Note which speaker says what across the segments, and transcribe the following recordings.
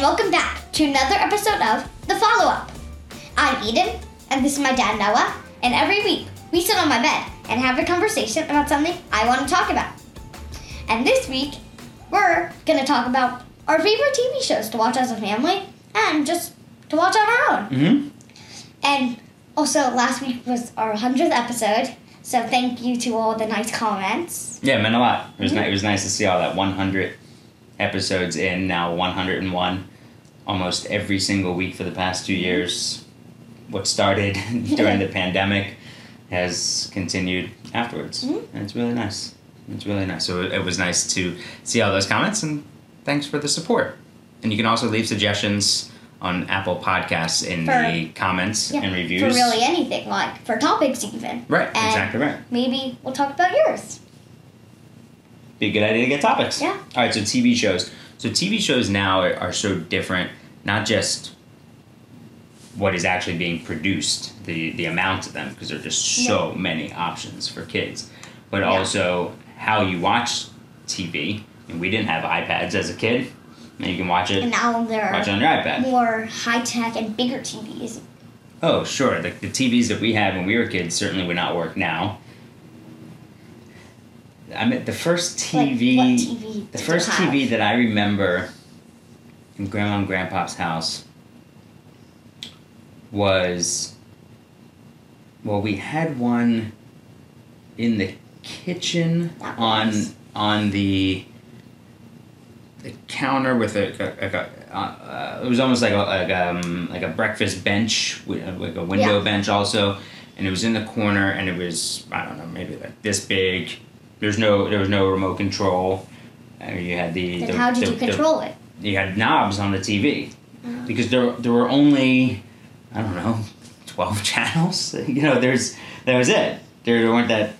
Speaker 1: welcome back to another episode of The Follow Up. I'm Eden, and this is my dad Noah, and every week we sit on my bed and have a conversation about something I want to talk about. And this week, we're going to talk about our favorite TV shows to watch as a family and just to watch on our own.
Speaker 2: hmm
Speaker 1: And also, last week was our 100th episode, so thank you to all the nice comments.
Speaker 2: Yeah, it meant a lot. It was ni- it was nice to see all that 100 episodes in now 101, almost every single week for the past two years. What started during the pandemic has continued afterwards,
Speaker 1: Mhm.
Speaker 2: and it's really nice. It's really nice. So it, it was nice to see all those comments, and thanks for the support. And you can also leave suggestions on Apple Podcasts in
Speaker 1: For-
Speaker 2: the comments
Speaker 1: Yeah,
Speaker 2: and reviews.
Speaker 1: For really anything, like for topics even.
Speaker 2: Right,
Speaker 1: And
Speaker 2: exactly right.
Speaker 1: Maybe we'll talk about yours.
Speaker 2: Be a good idea to get topics.
Speaker 1: Yeah.
Speaker 2: All right, so TV shows. So TV shows now are, are so different, not just what is actually being produced, the the amount of them, because there are just so many options for kids, but
Speaker 1: Yeah.
Speaker 2: also how you watch TV. And we didn't have iPads as a kid. Now you can watch
Speaker 1: And
Speaker 2: it,
Speaker 1: now there
Speaker 2: watch it
Speaker 1: are
Speaker 2: on your iPad.
Speaker 1: more high tech and bigger TVs.
Speaker 2: Oh, sure. Like the TVs that we had when we were kids certainly would not work now. I mean, the first
Speaker 1: Like, what
Speaker 2: TV.
Speaker 1: TV
Speaker 2: The
Speaker 1: did you
Speaker 2: first
Speaker 1: have?
Speaker 2: TV that I remember in Grandma and Grandpa's house was well, we had one in the kitchen
Speaker 1: That
Speaker 2: on
Speaker 1: was-
Speaker 2: on the the counter with a, a, a, a uh, it was almost like a like um like a breakfast bench with uh, like a window
Speaker 1: Yeah.
Speaker 2: bench also, and it was in the corner and it was I don't know maybe like this big. There's no there was no remote control. I mean, you had the.
Speaker 1: Then
Speaker 2: the-
Speaker 1: how did
Speaker 2: the-
Speaker 1: you
Speaker 2: the-
Speaker 1: control Mm-hmm. it?
Speaker 2: you had knobs on the TV because there there were only I don't know twelve channels. You know, there's that was it. There weren't that.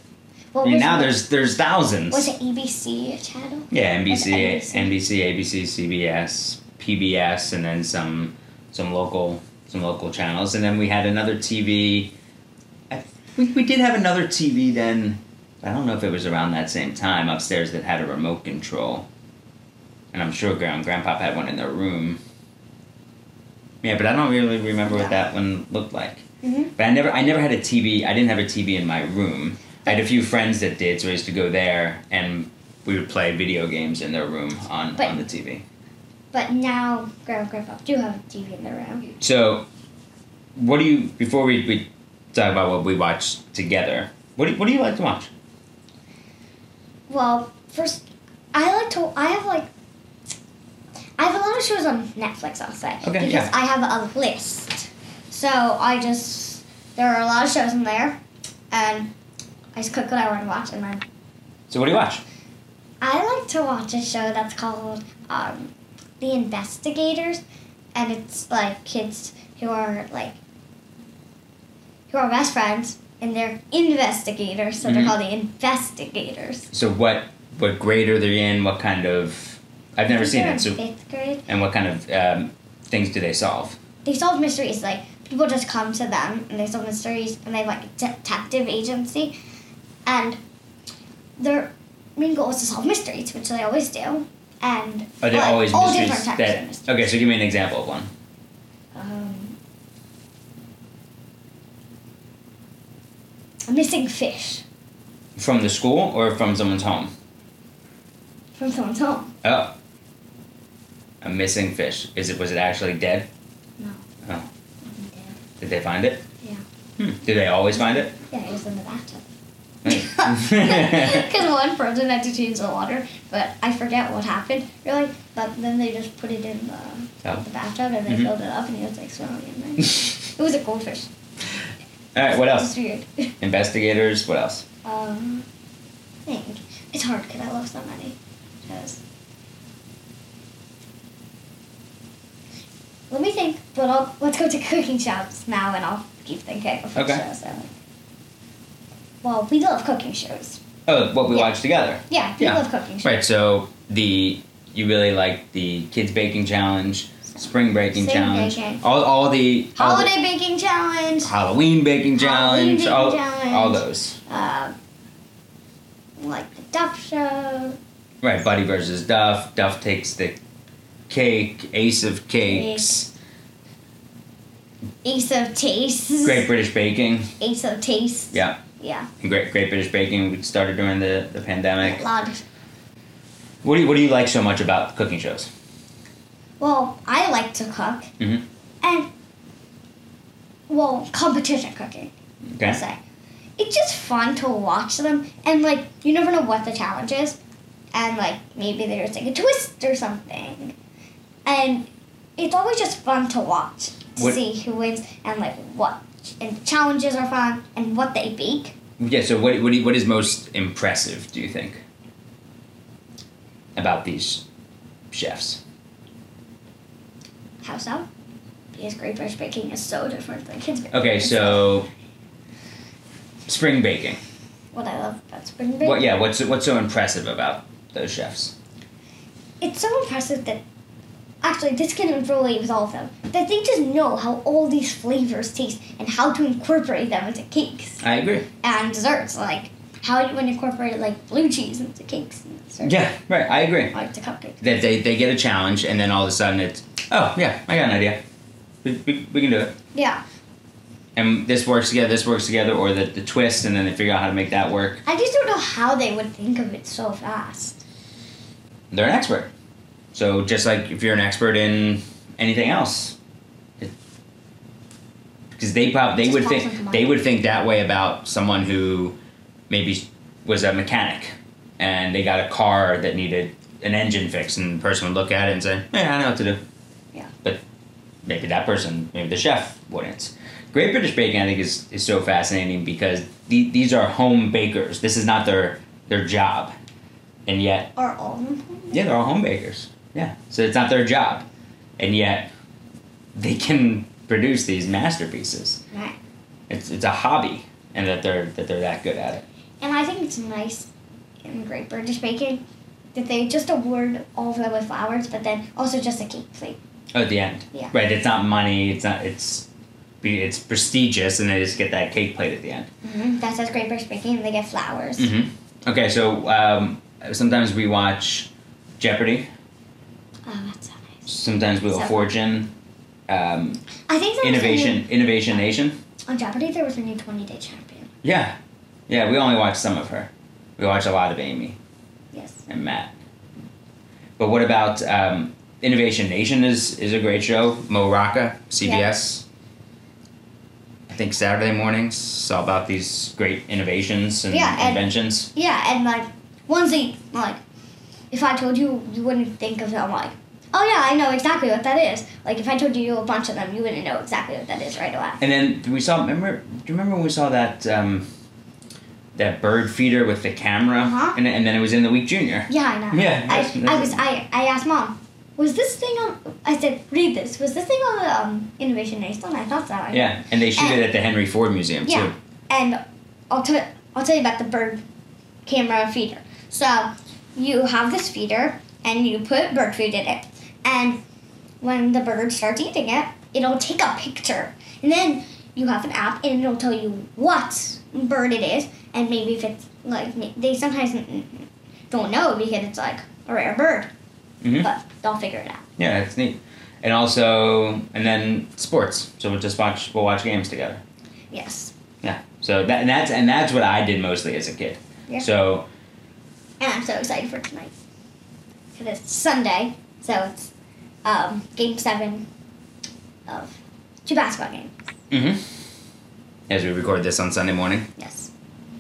Speaker 1: Well,
Speaker 2: I mean,
Speaker 1: was
Speaker 2: now
Speaker 1: it,
Speaker 2: there's there's thousands.
Speaker 1: was it ABC channel?
Speaker 2: Yeah, NBC,
Speaker 1: Was it
Speaker 2: NBC, ABC, CBS, PBS, and then some some local some local channels, and then we had another TV. I- We, we did have another TV then. I don't know if it was around that same time upstairs that had a remote control, and I'm sure Grand Grandpa had one in their room. Yeah, but I don't really remember what that one looked like.
Speaker 1: Mhm.
Speaker 2: But I never, I never had a TV. I didn't have a TV in my room. I had a few friends that did, so I used to go there and we would play video games in their room on,
Speaker 1: But-
Speaker 2: on the TV.
Speaker 1: But now Grandma and Grandpa do have a TV in their room.
Speaker 2: So, what do you before we, we talk about what we watch together? What do you, what do you like to watch?
Speaker 1: Well, first, I like to. I have like. I have a lot of shows on Netflix, I'll say.
Speaker 2: Okay,
Speaker 1: because
Speaker 2: yeah.
Speaker 1: I have a list. So I just. There are a lot of shows in there, and I just click what I want to watch, and then
Speaker 2: So what do you watch?
Speaker 1: I like to watch a show that's called um, The Investigators, and it's like kids who are like who are best friends, and they're investigators, so they're
Speaker 2: Mhm.
Speaker 1: called the Investigators.
Speaker 2: So what what grade are they in? What kind of I've never seen
Speaker 1: They're
Speaker 2: it.
Speaker 1: in
Speaker 2: So
Speaker 1: fifth grade.
Speaker 2: and what kind of um, things do they solve?
Speaker 1: They solve mysteries. Like people just come to them, and they solve mysteries, and they have like a detective agency, and their main goal is to solve mysteries, which they always do. And
Speaker 2: Are there
Speaker 1: like,
Speaker 2: always
Speaker 1: all
Speaker 2: mysteries
Speaker 1: different types
Speaker 2: that?
Speaker 1: of mysteries.
Speaker 2: Okay, so give me an example of one.
Speaker 1: Um, a missing fish
Speaker 2: From the school or from someone's home?
Speaker 1: from someone's home.
Speaker 2: Oh. A missing fish. Is it was it actually dead?
Speaker 1: No.
Speaker 2: Oh. Did they find it?
Speaker 1: Yeah.
Speaker 2: Hmm. Do they always find it?
Speaker 1: Yeah, it was in the bathtub.
Speaker 2: Hmm.
Speaker 1: Because one person had to change the water, but I forget what happened really. But then they just put it in the,
Speaker 2: Oh.
Speaker 1: the bathtub and they
Speaker 2: Mhm.
Speaker 1: filled it up and it was like swimming in there. it was a goldfish.
Speaker 2: All right, what
Speaker 1: It
Speaker 2: else?
Speaker 1: was weird.
Speaker 2: Investigators, what else?
Speaker 1: um, think it's hard because I love so many shows. Let me think, but I'll let's go to cooking shows now, and I'll keep thinking of which
Speaker 2: Okay.
Speaker 1: shows. I like. Well, we love cooking shows.
Speaker 2: Oh, what we
Speaker 1: Yeah.
Speaker 2: watch together.
Speaker 1: Yeah, we
Speaker 2: Yeah.
Speaker 1: love cooking shows.
Speaker 2: Right, so the you really like the kids baking challenge, spring baking
Speaker 1: Spring
Speaker 2: challenge,
Speaker 1: baking.
Speaker 2: all all the all the-
Speaker 1: Holiday baking challenge.
Speaker 2: Halloween baking
Speaker 1: Halloween
Speaker 2: challenge,
Speaker 1: baking
Speaker 2: all
Speaker 1: challenge.
Speaker 2: all those.
Speaker 1: Uh, like the duck show.
Speaker 2: Right, Buddy versus Duff. Duff takes the Cake, Ace of Cakes,
Speaker 1: Ace of Tastes.
Speaker 2: Great British Baking.
Speaker 1: Ace of Tastes.
Speaker 2: Yeah,
Speaker 1: Yeah.
Speaker 2: and Great Great British Baking we started during the, the pandemic.
Speaker 1: A lot of.
Speaker 2: What do you, what do you like so much about cooking shows?
Speaker 1: Well, I like to cook.
Speaker 2: Mhm.
Speaker 1: And, well, competition cooking.
Speaker 2: Okay.
Speaker 1: I'll say. It's just fun to watch them, and like you never know what the challenge is, and like maybe there's like a twist or something, and it's always just fun to watch to
Speaker 2: What-
Speaker 1: see who wins and like what and challenges are fun and what they bake.
Speaker 2: Yeah. So what what, do you, what is most impressive? Do you think about these chefs?
Speaker 1: How so? Because Great British baking is so different than kids baking.
Speaker 2: Okay,
Speaker 1: It's
Speaker 2: so spring baking.
Speaker 1: what I love about spring baking.
Speaker 2: What? Yeah. What's what's so impressive about those chefs?
Speaker 1: It's so impressive that actually this can relate with all of them that they just know how all these flavors taste and how to incorporate them into cakes.
Speaker 2: I agree.
Speaker 1: and desserts, like how you would incorporate like blue cheese into cakes and desserts,
Speaker 2: Yeah. Right. I agree.
Speaker 1: like to cupcakes.
Speaker 2: That they, they get a challenge and then all of a sudden it's oh yeah I got an idea. We, we, we can do it.
Speaker 1: Yeah,
Speaker 2: And this works together. This works together, or the, the twist, and then they figure out how to make that work.
Speaker 1: I just don't know how they would think of it so fast.
Speaker 2: they're an expert. So just like if you're an expert in anything else, because they probably they
Speaker 1: Just
Speaker 2: would
Speaker 1: pops into
Speaker 2: think
Speaker 1: mind.
Speaker 2: they would think that way about someone who maybe was a mechanic and they got a car that needed an engine fix, and the person would look at it and say, "Yeah, I know what to do."
Speaker 1: Yeah.
Speaker 2: But maybe that person, maybe the chef, wouldn't. Great British Baking, I think, is, is so fascinating because the, these are home bakers. This is not their their job, and yet
Speaker 1: Or all of them.
Speaker 2: yeah, they're all home bakers. Yeah. So it's not their job. And yet they can produce these masterpieces.
Speaker 1: Right.
Speaker 2: It's it's a hobby and that they're that they're that good at it.
Speaker 1: And I think it's nice in Great British Baking that they just award all of them with flowers, but then also just a cake plate.
Speaker 2: Oh, at the end.
Speaker 1: Yeah.
Speaker 2: Right, it's not money, it's not it's it's prestigious and they just get that cake plate at the end.
Speaker 1: Mm-hmm. That says Great British Baking, and they get flowers.
Speaker 2: Mhm. Okay, so um, sometimes we watch Jeopardy.
Speaker 1: Oh, that's so nice.
Speaker 2: Sometimes Wheel of
Speaker 1: So-
Speaker 2: Fortune. Um,
Speaker 1: I think there was a new-
Speaker 2: Innovation Innovation Nation.
Speaker 1: on Jeopardy. There was a new twenty day champion.
Speaker 2: Yeah. Yeah, we only watch some of her. We watch a lot of Amy.
Speaker 1: Yes.
Speaker 2: and Matt. But what about um, Innovation Nation? Is is a great show. Mo Rocca, CBS. I think Saturday mornings saw about these great innovations and
Speaker 1: Yeah, and-
Speaker 2: inventions.
Speaker 1: Yeah, and like ones that like if I told you you wouldn't think of them like oh yeah, I know exactly what that is. Like if I told you a bunch of them you wouldn't know exactly what that is right away.
Speaker 2: And then we saw. Remember? Do you remember when we saw that um, that bird feeder with the camera?
Speaker 1: Uh-huh.
Speaker 2: And and then it was in the week junior.
Speaker 1: Yeah, I know.
Speaker 2: Yeah,
Speaker 1: I,
Speaker 2: that's-
Speaker 1: I
Speaker 2: that's-
Speaker 1: was I, I asked mom, was this thing on I said, read this, was this thing on the um, Innovation Nation? I thought so.
Speaker 2: Yeah, and they shoot
Speaker 1: And-
Speaker 2: it at the Henry Ford Museum
Speaker 1: Yeah.
Speaker 2: too.
Speaker 1: And I'll tell I'll tell you about the bird camera feeder. So you have this feeder and you put bird food in it, and when the bird starts eating it, it'll take a picture, and then you have an app and it'll tell you what bird it is, and maybe if it's like ma- they sometimes n- don't know because it's like a rare bird,
Speaker 2: Mhm.
Speaker 1: but they'll figure it out.
Speaker 2: Yeah, that's neat. And also, and then sports. So we'll just watch. We'll watch games together.
Speaker 1: Yes.
Speaker 2: Yeah. So that and that's and that's what I did mostly as a kid.
Speaker 1: Yeah.
Speaker 2: So
Speaker 1: And I'm so excited for tonight. Because it's Sunday, so it's um, game seven of two basketball games.
Speaker 2: mhm. as we record this on Sunday morning,
Speaker 1: Yes.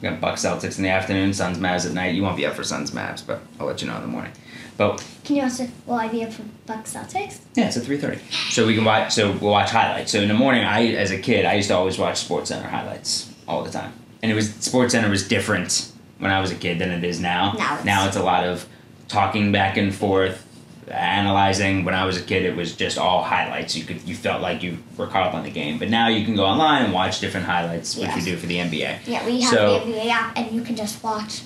Speaker 2: we got Bucks Celtics in the afternoon, Suns Mavs at night. You won't be up for Suns Mavs, but I'll let you know in the morning. But
Speaker 1: Can you also, will I be up for Bucks Celtics?
Speaker 2: yeah, it's at three thirty. So we can watch. So we'll watch highlights. So in the morning, I as a kid, I used to always watch Sports Center highlights all the time, and it was Sports Center was different when I was a kid than it is now.
Speaker 1: Now it's-
Speaker 2: now it's a lot of talking back and forth, analyzing. When I was a kid, it was just all highlights. You could you felt like you were caught up on the game, but now you can go online and watch different highlights, which we
Speaker 1: Yes.
Speaker 2: do for the NBA.
Speaker 1: Yeah, we have
Speaker 2: So-
Speaker 1: the NBA app, and you can just watch.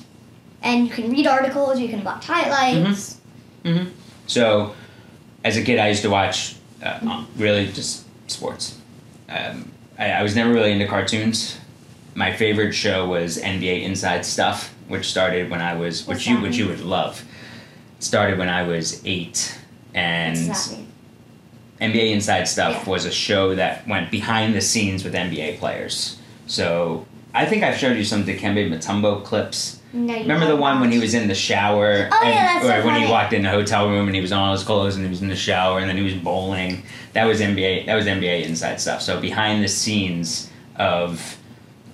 Speaker 1: And you can read articles, you can watch highlights.
Speaker 2: Mm-hmm. So, as a kid, I used to watch uh, um, really just sports. Um, I, I was never really into cartoons. My favorite show was NBA Inside Stuff, which started when I was,
Speaker 1: What's
Speaker 2: which you
Speaker 1: that
Speaker 2: which
Speaker 1: mean?
Speaker 2: you would love. It started when I was eight,
Speaker 1: What
Speaker 2: and
Speaker 1: does that mean?
Speaker 2: NBA Inside Stuff
Speaker 1: Yeah.
Speaker 2: was a show that went behind the scenes with NBA players. So I think I've showed you some Dikembe Mutombo clips.
Speaker 1: No, you
Speaker 2: Remember the
Speaker 1: haven't.
Speaker 2: one when he was in the shower?
Speaker 1: Oh, yeah,
Speaker 2: and,
Speaker 1: that's so
Speaker 2: or when
Speaker 1: funny.
Speaker 2: he walked in the hotel room and he was on all his clothes and he was in the shower and then he was bowling. That was NBA. That was NBA Inside Stuff. So behind the scenes of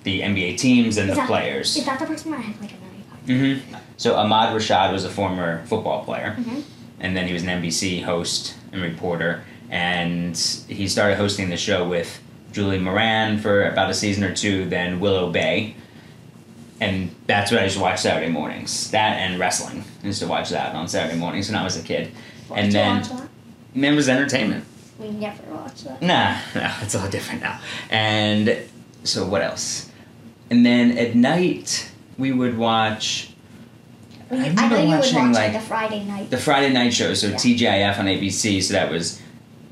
Speaker 2: the NBA teams and
Speaker 1: Is
Speaker 2: the
Speaker 1: that-
Speaker 2: players.
Speaker 1: Is that the person that had like a memory card?
Speaker 2: hmm So Ahmad Rashad was a former football player,
Speaker 1: Mhm.
Speaker 2: and then he was an NBC host and reporter, and he started hosting the show with Julie Moran for about a season or two, then Willow Bay, and that's what I used to watch Saturday mornings. That and wrestling, I used to watch that on Saturday mornings when I was a kid,
Speaker 1: Did
Speaker 2: and
Speaker 1: you
Speaker 2: then
Speaker 1: watch that?
Speaker 2: and then it was entertainment.
Speaker 1: we never watched that.
Speaker 2: Nah, no, it's all different now. And so what else? And then at night we would watch.
Speaker 1: We-
Speaker 2: I
Speaker 1: I,
Speaker 2: remember
Speaker 1: know you would
Speaker 2: watching,
Speaker 1: watch
Speaker 2: like-
Speaker 1: it the Friday night.
Speaker 2: the Friday night show, so
Speaker 1: Yeah.
Speaker 2: TGIF on ABC. So that was,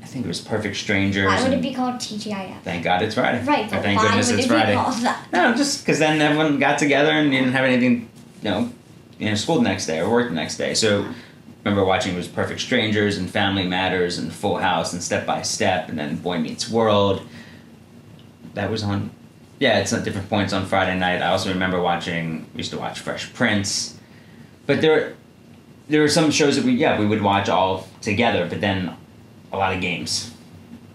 Speaker 2: I think it was Perfect Strangers.
Speaker 1: Why would it
Speaker 2: and
Speaker 1: be called TGIF?
Speaker 2: Thank God it's Friday.
Speaker 1: Right,
Speaker 2: Or
Speaker 1: but
Speaker 2: thank
Speaker 1: why
Speaker 2: goodness
Speaker 1: would it
Speaker 2: it's
Speaker 1: be
Speaker 2: Friday.
Speaker 1: called that?
Speaker 2: No, just because then everyone got together and you didn't have anything, you know, you know, school the next day or work the next day. So remember watching was Perfect Strangers and Family Matters and Full House and Step by Step and then Boy Meets World. That was on. Yeah, it's at different points on Friday night. I also remember watching. We used to watch Fresh Prince, but there, there were some shows that we yeah we would watch all together. But then, a lot of games.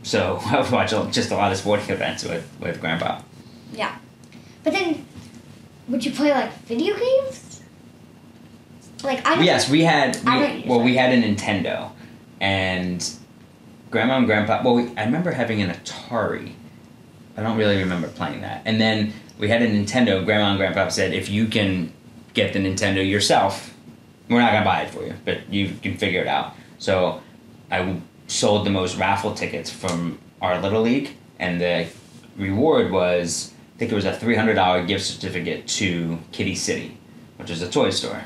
Speaker 2: So I would watch a- just a lot of sporting events with with Grandpa.
Speaker 1: Yeah. But then, would you play like video games? Like I.
Speaker 2: yes, we had.
Speaker 1: I don't use
Speaker 2: We, well, we had a Nintendo, and Grandma and Grandpa. Well, we, I remember having an Atari. I don't really remember playing that. And then we had a Nintendo. Grandma and Grandpa said, "If you can get the Nintendo yourself, we're not gonna buy it for you, but you can figure it out." So I sold the most raffle tickets from our little league, and the reward was I think it was a three hundred dollar gift certificate to Kitty City, which is a toy store.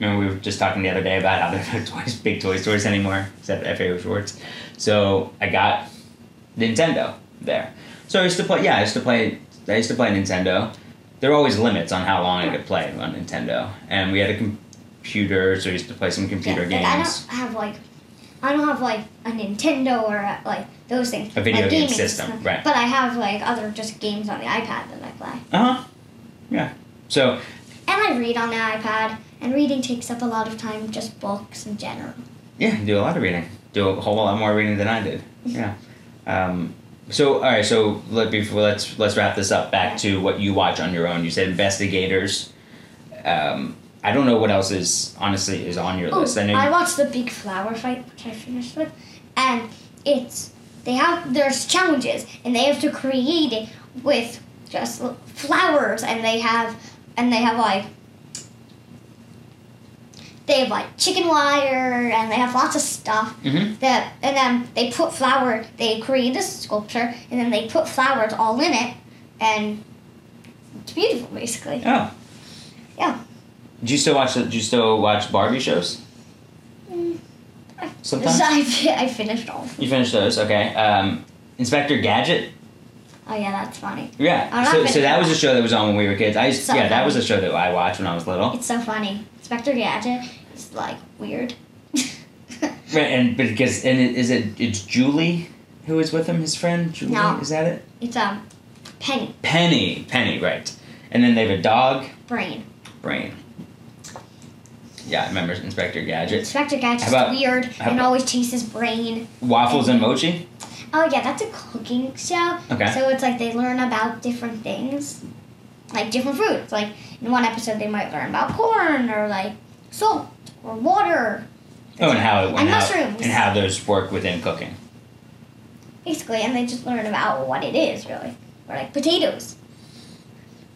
Speaker 2: Remember we were just talking the other day about how there are no toys, big toy stores anymore, except FAO Schwartz. So I got Nintendo there. So I used to play. Yeah, I used to play. I used to play Nintendo. There were always limits on how long I could play on Nintendo, and we had a computer, so we used to play some
Speaker 1: yeah,
Speaker 2: computer
Speaker 1: but
Speaker 2: games.
Speaker 1: I don't have like. I don't have like a Nintendo or a, like those things.
Speaker 2: A video
Speaker 1: like,
Speaker 2: game
Speaker 1: gaming
Speaker 2: system, right.
Speaker 1: But I have like other just games on the iPad that I play,
Speaker 2: Uh huh. Yeah. So
Speaker 1: and I read on the iPad. And reading takes up a lot of time, just books in general.
Speaker 2: yeah, do a lot of reading. Do a whole lot more reading than I did. Yeah. Um, so all right. So let before let's let's wrap this up. Back to what you watch on your own. You said investigators. Um, I don't know what else is honestly is on your
Speaker 1: Oh,
Speaker 2: list. I know.
Speaker 1: I watched the big flower fight, which I finished with, and it's they have there's challenges and they have to create it with just l- flowers, and they have and they have like they have like chicken wire, and they have lots of stuff
Speaker 2: Mhm.
Speaker 1: that and then they put flower. They create a sculpture, and then they put flowers all in it, and it's beautiful, basically.
Speaker 2: Oh.
Speaker 1: Yeah.
Speaker 2: Do you still watch? the- Do you still watch Barbie shows?
Speaker 1: Mm, I-
Speaker 2: Sometimes?
Speaker 1: I, fi- I finished all.
Speaker 2: You finished those, okay? Um, Inspector Gadget.
Speaker 1: Oh yeah, that's funny. I'm
Speaker 2: Yeah.
Speaker 1: not
Speaker 2: So, so
Speaker 1: finished.
Speaker 2: that was a show that was on when we were kids. I used,
Speaker 1: So
Speaker 2: yeah, that
Speaker 1: funny.
Speaker 2: was a show that I watched when I was little.
Speaker 1: It's so funny. Inspector Gadget is like weird.
Speaker 2: Right, and because and it, is it it's Julie who is with him, his friend Julie.
Speaker 1: No.
Speaker 2: Is that it?
Speaker 1: it's um Penny
Speaker 2: Penny, Penny, right? And then they have a dog
Speaker 1: brain.
Speaker 2: brain. Yeah, I remember Inspector Gadget.
Speaker 1: Inspector Gadget's
Speaker 2: How about-
Speaker 1: weird
Speaker 2: how
Speaker 1: and
Speaker 2: about-
Speaker 1: always chases brain.
Speaker 2: Waffles and mochi.
Speaker 1: Oh yeah, that's a cooking show.
Speaker 2: Okay.
Speaker 1: So it's like they learn about different things, like different foods. Like in one episode, they might learn about corn or like salt or water,
Speaker 2: Oh, and how it and,
Speaker 1: And
Speaker 2: how,
Speaker 1: mushrooms.
Speaker 2: and how those work within cooking.
Speaker 1: basically, and they just learn about what it is really, or like potatoes.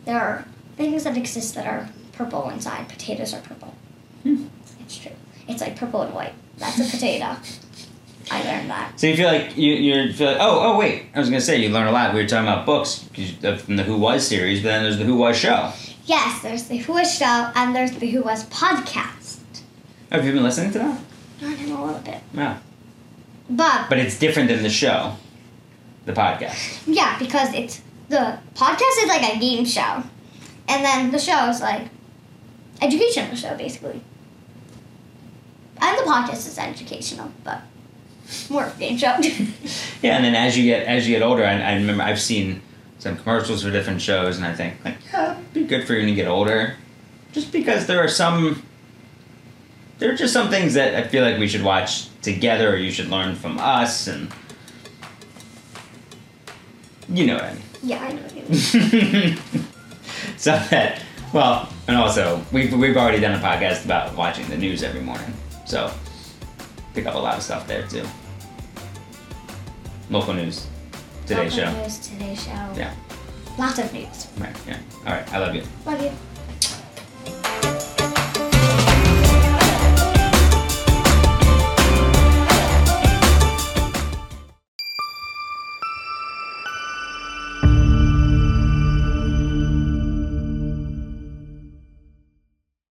Speaker 1: There are things that exist that are purple inside. Potatoes are purple.
Speaker 2: Hmm.
Speaker 1: It's true. It's like purple and white. That's a potato. I learned that.
Speaker 2: So you feel like you you feel like oh oh wait I was gonna say you learn a lot. We were talking about books 'cause you- from the Who Was series, but then there's the Who Was show.
Speaker 1: Yes, there's the Who Was show and there's the Who Was podcast.
Speaker 2: Have you been listening to that?
Speaker 1: Not in a little bit,
Speaker 2: No,
Speaker 1: but,
Speaker 2: but it's different than the show, the podcast.
Speaker 1: yeah, because it's the podcast is like a game show, and then the show is like educational show basically. And the podcast is educational, but more of Game Show.
Speaker 2: Yeah, and then as you get as you get older, I, I remember I've seen some commercials for different shows, and I think like, yeah, it'd be good for you when you get older, just because there are some. There are just some things that I feel like we should watch together, or you should learn from us, and you know what I mean.
Speaker 1: yeah, I know. what you mean.
Speaker 2: so that well, and also we've we've already done a podcast about watching the news every morning, so pick up a lot of stuff there too. Local news, today's
Speaker 1: Local
Speaker 2: show.
Speaker 1: News, today's show.
Speaker 2: Yeah.
Speaker 1: Lots of news.
Speaker 2: Right. Yeah. All right. I love you.
Speaker 1: Love you.